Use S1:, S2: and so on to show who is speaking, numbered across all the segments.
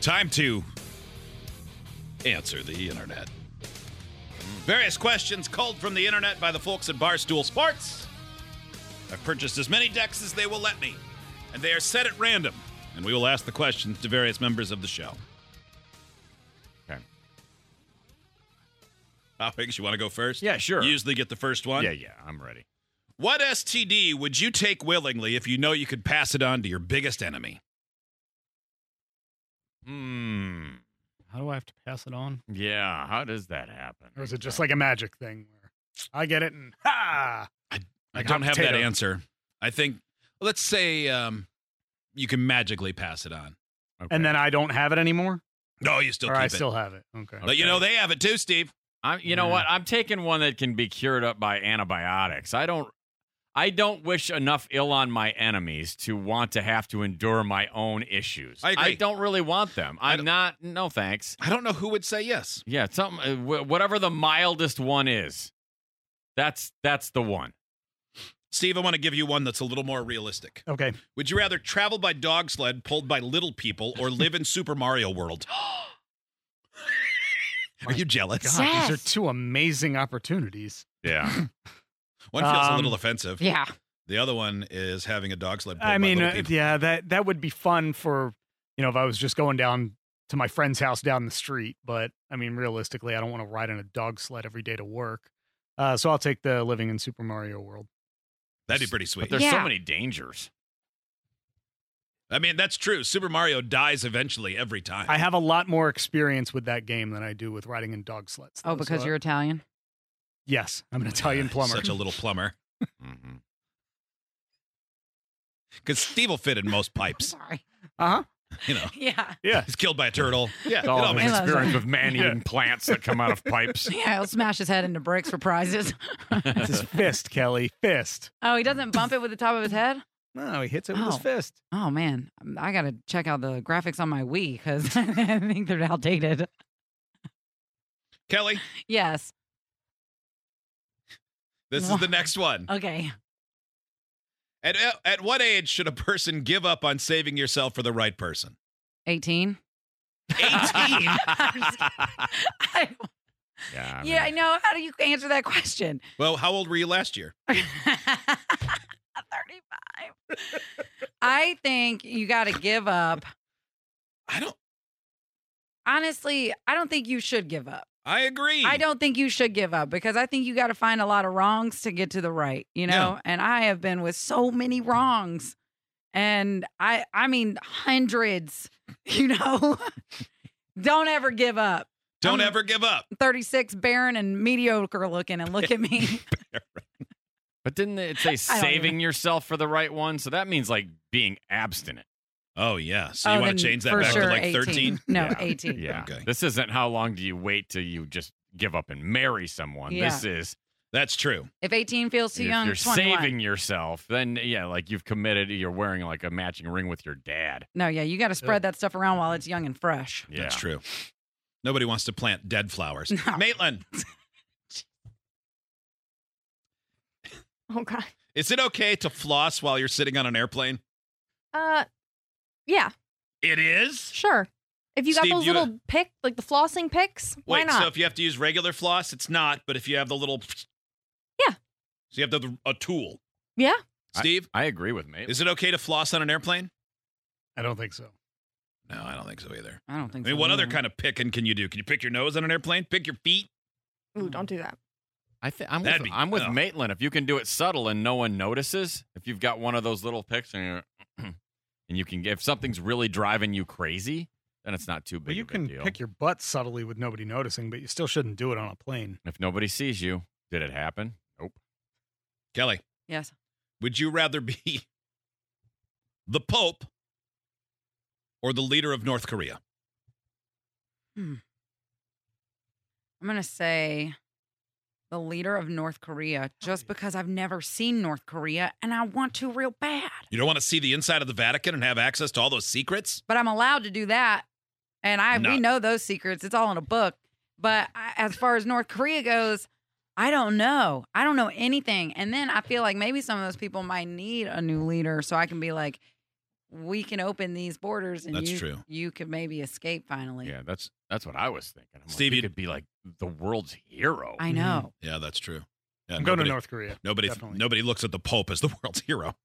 S1: Time to answer the internet. Various questions culled from the internet by the folks at Barstool Sports. I've purchased as many decks as they will let me, and they are set at random. And we will ask the questions to various members of the show. Okay. Topics, Oh, you want to go first?
S2: Yeah, sure.
S1: You usually get the first one.
S2: Yeah, yeah, I'm ready.
S1: What STD would you take willingly if you know you could pass it on to your biggest enemy?
S2: Hmm.
S3: How do I have to pass it on?
S2: Yeah, how does that happen?
S4: Or is it just like a magic thing where I get it and ha?
S1: I
S4: Like
S1: don't
S4: hot
S1: have that
S4: potato.
S1: answer. I think let's say um, you can magically pass it on.
S2: Okay.
S4: And then I don't have it anymore?
S1: No, you still
S4: or
S1: keep
S4: I
S1: it.
S4: still have it. Okay.
S1: But you
S2: Okay.
S1: know they have it too, Steve.
S2: I'm, you know what? I'm taking one that can be cured up by antibiotics. I don't I don't wish enough ill on my enemies to want to have to endure my own issues.
S1: I agree.
S2: don't really want them.
S1: I
S2: I'm not no thanks.
S1: I don't know who would say yes.
S2: Yeah, something uh, wh- whatever the mildest one is. That's that's the one.
S1: Steve, I want to give you one that's a little more realistic.
S4: Okay.
S1: Would you rather travel by dog sled pulled by little people or live in Super Mario World? Are you jealous?
S4: God, these are two amazing opportunities.
S2: Yeah.
S1: One feels a
S4: Um,
S1: little offensive.
S5: Yeah.
S1: The other one is having a dog sled pulled
S4: I mean,
S1: by
S4: uh,
S1: little people.
S4: yeah, that that would be fun for you know if I was just going down to my friend's house down the street. But I mean, realistically, I don't want to ride in a dog sled every day to work. Uh, so I'll take the living in Super Mario World.
S1: That'd be pretty sweet.
S2: but there's so
S5: Yeah.
S2: many dangers.
S1: I mean, that's true. Super Mario dies eventually every time.
S4: I have a lot more experience with that game than I do with riding in dog sleds.
S5: Oh,
S4: though,
S5: because
S4: so I-
S5: you're Italian?
S4: yes, I'm an Italian plumber.
S1: Such a little plumber.
S4: Mm-hmm.
S2: Mhm.
S1: Because Steve will fit in most pipes.
S5: Sorry.
S4: Uh huh.
S1: You know,
S5: Yeah.
S4: Yeah.
S1: he's killed by a turtle. Yeah,
S2: It's
S1: it all
S2: all
S1: makes
S2: his
S5: I love
S2: experience
S5: that.
S2: with man-eating plants that come out of pipes.
S5: Yeah, he'll smash his head into bricks for prizes.
S4: It's his fist, Kelly. Fist.
S5: Oh, he doesn't bump it with the top of his head?
S4: No, he hits it
S5: with his Oh.
S4: fist.
S5: Oh, man. I got to check out the graphics on my Wii because I think they're outdated.
S1: Kelly,
S5: Yes.
S1: this is the next one.
S5: Okay.
S1: At, at what age should a person give up on saving yourself for the right person?
S5: 18.
S1: 18.
S5: I,
S2: yeah. I
S5: yeah, I
S2: mean,
S5: know. How do you answer that question?
S1: well, how old were you last year?
S5: 35. I think you got to give up.
S1: I don't.
S5: Honestly, I don't think you should give up.
S1: I agree.
S5: I don't think you should give up because I think you got to find a lot of wrongs to get to the right, you know? And I have been with so many wrongs. And I I mean hundreds, you know. don't ever give up.
S1: Don't
S5: I'm-
S1: ever give up.
S5: 36 barren and mediocre looking and look at me.
S2: But didn't it say
S5: I don't
S2: saving
S5: even-
S2: yourself for the right one? So that means like being abstinent.
S1: Oh yeah. So you
S5: Oh,
S1: want
S5: then
S1: to change that
S5: for
S1: back
S5: sure,
S1: to like
S5: 18.
S1: 13?
S5: No,
S2: Yeah.
S5: 18.
S2: Yeah.
S1: Okay.
S2: This isn't how long do you wait till you just give up and marry someone.
S5: Yeah.
S2: This is
S1: That's true.
S5: If 18 feels too
S2: if
S5: young,
S2: you're
S5: 21.
S2: saving yourself, then yeah, like you've committed, you're wearing like a matching ring with your dad.
S5: No, yeah, you got to spread that stuff around while it's young and fresh.
S2: Yeah.
S1: That's true. Nobody wants to plant dead flowers.
S5: No.
S1: Maitland,
S6: Oh god.
S1: is it okay to floss while you're sitting on an airplane?
S6: Uh, yeah,
S1: It is.
S6: sure. If you got
S1: Steve,
S6: those
S1: you-
S6: little pick, like the flossing picks, why
S1: Wait,
S6: not?
S1: so if you have to use regular floss, it's not, but if you have the little
S6: Yeah.
S1: So you have the, a tool.
S6: yeah,
S1: Steve,
S2: I agree with mate.
S1: is it okay to floss on an airplane?
S4: I don't think so.
S1: No, I don't think so either.
S5: I don't
S1: I
S5: think
S1: mean,
S5: so.
S1: what
S6: Mm.
S1: other
S5: either.
S1: kind of picking can you do? Can you pick your nose on an airplane? Pick your feet?
S6: Ooh, don't do that.
S2: I think I'm
S1: That'd
S2: with,
S1: be-
S2: I'm with
S1: oh.
S2: Maitland. If you can do it subtle and no one notices, if you've got one of those little picks and you're and you can if something's really driving you crazy, then it's not too big.
S4: Well, you
S2: of a
S4: can
S2: deal.
S4: pick your butt subtly with nobody noticing, but you still shouldn't do it on a plane.
S2: if nobody sees you. Did it happen? Nope.
S1: Kelly,
S5: Yes.
S1: would you rather be the Pope or the leader of North Korea?
S5: I'm going to say the leader of North Korea
S1: Oh,
S5: just because I've never seen North Korea and I want to real bad.
S1: You don't want to see the inside of the Vatican and have access to all those secrets?
S5: But I'm allowed to do that. And I
S1: No.
S5: we know those secrets. It's all in a book. But I, as far as North Korea goes, I don't know. I don't know anything. And then I feel like maybe some of those people might need a new leader so I can be like we can open these borders and
S1: That's
S5: you,
S1: true.
S5: you could maybe escape finally.
S2: Yeah, that's that's what I was thinking. I'm
S1: Steve, you-
S2: like, you could be like the world's hero.
S1: Mm-hmm.
S5: I know.
S1: Yeah, that's true. Yeah,
S4: I'm going to
S1: nobody-
S4: North Korea.
S1: Nobody,
S4: Definitely.
S1: nobody looks at the Pope as the world's hero.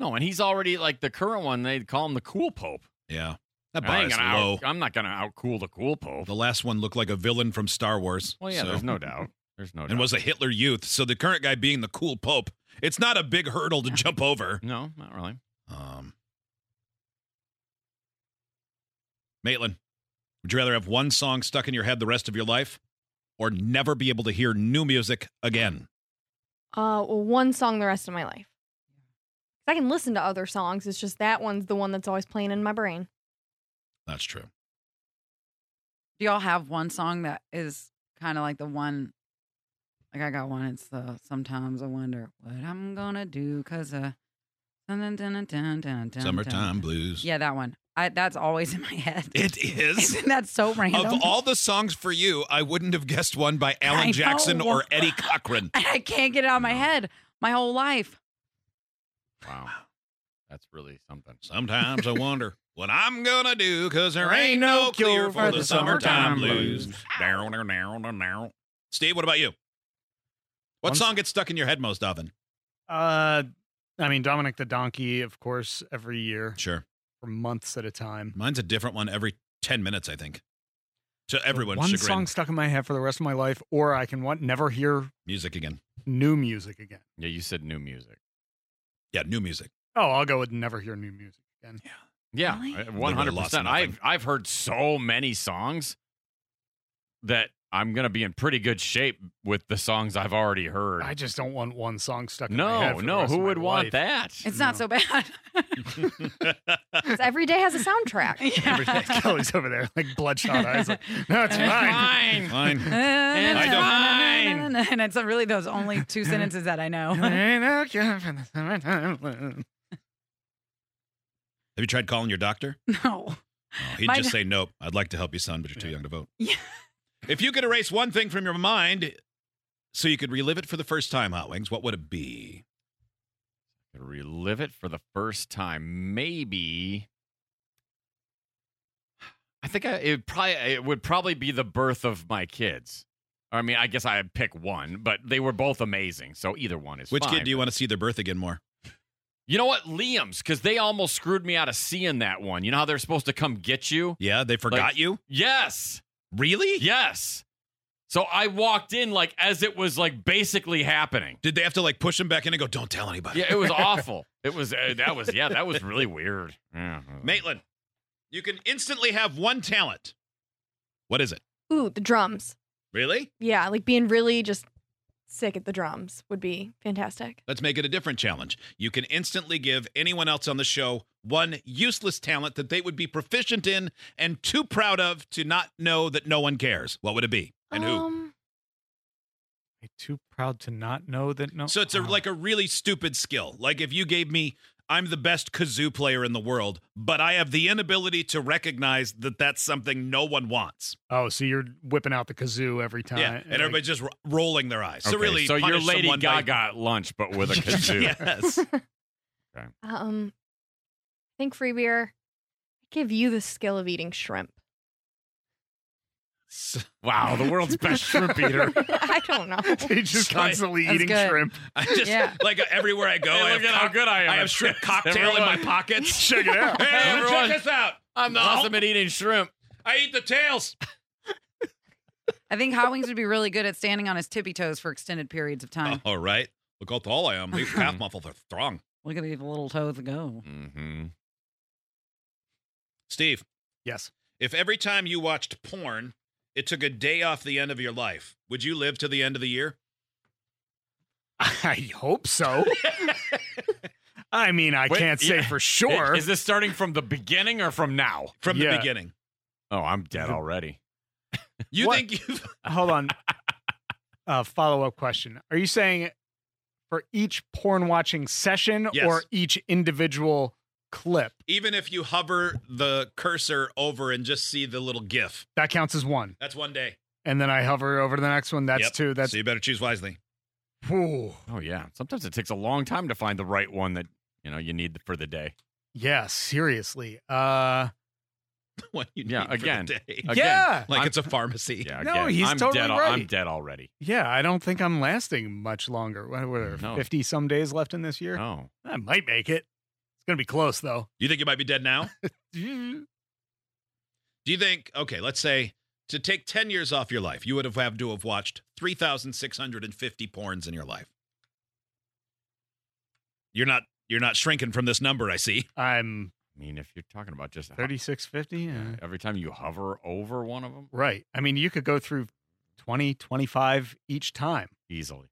S2: no, and he's already like the current one. They call him the cool pope.
S1: Yeah, that
S2: I
S1: bar
S2: ain't
S1: is
S2: gonna
S1: low.
S2: out, I'm not gonna outcool the cool pope.
S1: The last one looked like a villain from Star Wars.
S2: Well, yeah,
S1: so-
S2: there's no doubt. There's no doubt.
S1: and was a Hitler youth. So the current guy being the cool Pope, it's not a big hurdle to
S5: Yeah.
S1: jump over.
S2: no, not really.
S1: Um, Maitland, would you rather have one song stuck in your head the rest of your life, or never be able to hear new music again?
S6: Uh, well, one song the rest of my life. 'Cause I can listen to other songs. It's just that one's the one that's always playing in my brain.
S1: That's true.
S5: Do y'all have one song that is kind of like the one? Like I got one. It's the sometimes I wonder what I'm gonna do because uh, dun, dun, dun, dun, dun, dun, dun,
S1: Summertime
S5: dun.
S1: blues.
S5: Yeah, that one. I that's always in my head.
S1: It is.
S5: Isn't that so random?
S1: Of all the songs for you, I wouldn't have guessed one by Alan
S5: I
S1: Jackson
S5: know.
S1: or Eddie Cochran.
S5: I can't get it out of my head. My whole life.
S2: Wow, that's really something.
S1: Sometimes I wonder what I'm gonna do because there ain't no cure for the summertime blues. Down, down, down, down, down. Steve, what about you? What
S4: One-
S1: song gets stuck in your head most often?
S4: Uh, I mean, Dominic the Donkey, of course, every year
S1: Sure.
S4: for months at a time.
S1: Mine's a different one every 10 minutes, I think. To everyone's
S4: one
S1: chagrin.
S4: song stuck in my head for the rest of my life, or I can want never hear
S1: Music again.
S4: new music again.
S2: Yeah, you said new music.
S1: Yeah, new music.
S4: Oh, I'll go with never hear new music again.
S2: Yeah,
S5: Really?
S2: one hundred
S1: lost
S2: percent.
S1: nothing.
S2: I've I've heard so many songs that I'm gonna be in pretty good shape with the songs I've already heard.
S4: I just don't want one song stuck in my head.
S2: no,
S4: for the
S2: no,
S4: rest
S2: who
S4: of my
S2: would want
S4: life.
S2: that?
S5: It's not
S4: No.
S5: so bad.
S6: 'Cause every day has a soundtrack.
S4: Every day, Kelly's over there like bloodshot eyes. Like, no, it's
S5: It's
S4: mine.
S2: Fine.
S1: Fine.
S2: I don't-
S5: And it's really those only two sentences that I
S4: There
S5: know.
S4: ain't no cure for the summertime blues.
S1: Have you tried calling your doctor?
S5: no.
S1: Oh, he'd
S5: My
S1: just
S5: do-
S1: say, nope, I'd like to help you, son, but you're too
S4: Yeah.
S1: young to vote.
S5: Yeah.
S1: If you could erase one thing from your mind so you could relive it for the first time, Hot Wings, what would it be?
S2: Could relive it for the first time. Maybe. I think I, it would probably it would probably be the birth of my kids. I mean, I guess I'd pick one, but they were both amazing, so either one is
S1: Which
S2: fine.
S1: kid do you want to see their birth again more?
S2: You know what, Liam's, because they almost screwed me out of seeing that one. You know how they're supposed to come get you?
S1: Yeah, they forgot
S2: Like-
S1: you?
S2: Yes,
S1: Really?
S2: yes. So I walked in like as it was like basically happening.
S1: Did they have to like push him back in and go, don't tell anybody?
S2: Yeah, it was awful. It was uh, that was yeah, that was really weird. Yeah.
S1: Maitland, you can instantly have one talent. What is it?
S6: Ooh, the drums.
S1: Really?
S6: Yeah, like being really just sick at the drums would be fantastic.
S1: Let's make it a different challenge. You can instantly give anyone else on the show one useless talent that they would be proficient in and too proud of to not know that no one cares. What would it be? And who?
S6: Um,
S4: Am I too proud to not know that no.
S1: So it's a,
S4: Oh.
S1: like a really stupid skill. Like if you gave me, I'm the best kazoo player in the world, but I have the inability to recognize that that's something no one wants.
S4: oh, so you're whipping out the kazoo every time.
S1: yeah, and everybody's just ro- rolling their eyes. so
S2: Okay,
S1: really,
S2: so you're
S1: punish
S2: Lady
S1: someone by-
S2: Gaga at lunch, but with a kazoo.
S1: yes.
S6: um, I think free beer. I give you the skill of eating shrimp.
S2: Wow, the world's best shrimp eater.
S6: I don't know.
S4: He's just
S1: Sorry.
S4: constantly
S5: That's
S4: eating
S5: good.
S4: shrimp.
S1: I just
S5: Yeah.
S1: like everywhere I go,
S2: Hey,
S1: I,
S2: look
S1: have
S2: at how
S1: cock-
S2: good I am.
S1: I have shrimp cocktail in my
S2: Everyone-
S1: pockets.
S4: Check it out.
S1: Hey,
S2: Everyone,
S1: everyone, check this out.
S2: I'm the
S1: Nope.
S2: ultimate eating shrimp.
S1: I eat the tails.
S5: I think Hot Wings would be really good at standing on his tippy toes for extended periods of time.
S1: all right. Look how tall I am. These calf muffles are strong.
S5: Look at these little toes go.
S2: Mm-hmm.
S1: Steve,
S4: yes.
S1: if every time you watched porn, it took a day off the end of your life, would you live to the end of the year?
S4: I hope so. I mean, I
S2: Wait,
S4: can't say
S2: yeah.
S4: for sure.
S2: Is this starting from the beginning or from now?
S1: From
S4: Yeah.
S1: the beginning.
S2: Oh, I'm dead already.
S1: You
S4: What?
S1: think you've
S4: Hold on. uh, follow up question: Are you saying for each porn watching session
S1: Yes.
S4: or each individual clip
S1: even if you hover the cursor over and just see the little GIF,
S4: that counts as one?
S1: that's one day.
S4: And then I hover over to the next one. That's
S1: Yep.
S4: two. That's
S1: so you better choose wisely.
S4: Whew.
S2: Oh yeah. Sometimes it takes a long time to find the right one that you know you need for the day.
S4: yeah. Seriously. Uh,
S1: What you
S2: Yeah,
S1: need for the
S2: again.
S1: day.
S2: Again,
S4: yeah.
S1: Like
S2: I'm-
S1: it's a pharmacy.
S2: Yeah.
S4: No,
S2: again,
S4: he's
S2: I'm
S4: totally
S2: dead, al-
S4: right.
S2: I'm dead already.
S4: Yeah, I don't think I'm lasting much longer. What were there
S2: No.
S4: 50 some days left in this year?
S2: Oh.
S4: I might make it. It's going to be close, though.
S1: You think you might be dead now? Do you think, okay, let's say to take 10 years off your life, you would have had to have watched 3,650 porns in your life. You're not you're not shrinking from this number, I see.
S4: I'm
S2: I mean, if you're talking about just
S4: 3650.
S2: Uh, Yeah,
S4: uh,
S2: every time you hover over one of them,
S4: right. I mean, you could go through 20, 25 each time.
S2: easily.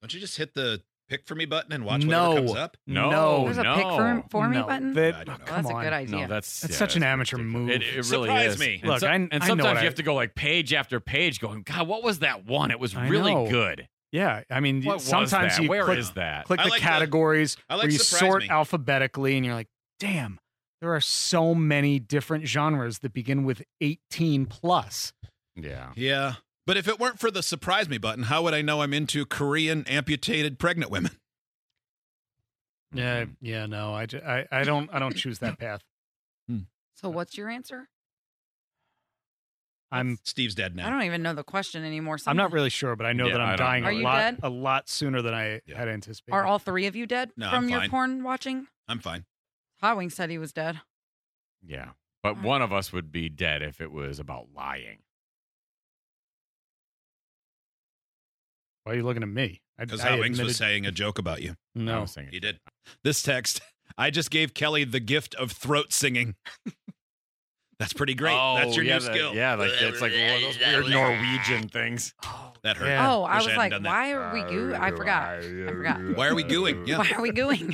S1: Don't you just hit the pick for me button and watch
S4: No.
S1: whatever comes up?
S2: No,
S4: Oh, no,
S5: There's a pick for,
S2: no.
S5: for me
S4: no.
S5: button.
S4: That-
S1: I don't know.
S5: Well, that's
S4: come
S5: a good
S4: on.
S5: idea.
S2: No, that's
S4: That's
S2: yeah,
S4: such an
S2: that's
S4: amateur
S2: ridiculous.
S4: move.
S2: It, it really
S1: Surprise
S2: is.
S1: me.
S2: And
S4: Look, I- I know
S2: and sometimes
S4: what
S2: you
S4: I-
S2: have to go like page after page, going, God, what was that one? It was
S4: I
S2: really
S4: know.
S2: good.
S4: Yeah. I mean,
S2: What was
S4: sometimes
S2: that?
S4: you
S2: Where
S4: click,
S2: is that?
S4: click
S1: I
S4: the
S1: like the-
S4: categories
S1: I like
S4: where you
S1: surprise
S4: sort
S1: me.
S4: alphabetically and you're like, damn, there are so many different genres that begin with 18 plus.
S2: yeah.
S1: Yeah. But if it weren't for the surprise me button, how would I know I'm into Korean amputated pregnant women? Mm-hmm.
S2: Mm-hmm.
S4: Yeah, yeah, no, I, ju- I, I don't, I don't choose that path.
S5: So what's your answer?
S4: I'm,
S1: Steve's dead now.
S5: I don't even know the question anymore.
S4: I'm not
S5: Something-
S4: really sure, but I know
S2: Yeah,
S4: that
S2: I
S4: I'm
S2: don't
S4: dying
S2: know.
S4: a
S5: Are you
S4: lot,
S5: dead?
S4: a lot sooner than I
S1: Yeah.
S4: had anticipated.
S5: Are all three of you dead
S1: No,
S5: from
S1: I'm
S5: your
S1: fine.
S5: porn watching?
S1: I'm fine.
S5: Hot Wing said he was dead.
S2: Yeah. But one of us would be dead if it was about lying.
S4: Why are you looking at me? I,
S1: Because
S4: I
S1: Howings was
S4: admitted-
S1: saying a joke about you.
S2: I
S4: no.
S2: was thinking,
S1: He did. This text, I just gave Kelly the gift of throat singing. That's pretty great.
S2: Oh,
S1: That's your
S2: yeah,
S1: new
S2: that-
S1: skill.
S2: yeah, like it's like one of those weird Norwegian things.
S1: That hurt.
S4: Yeah.
S5: Oh,
S1: Wish
S5: I was
S1: hadn't
S5: like,
S1: done that.
S5: why are we goo? I forgot. I forgot.
S1: Why are we gooing? Yeah.
S5: Why are we gooing?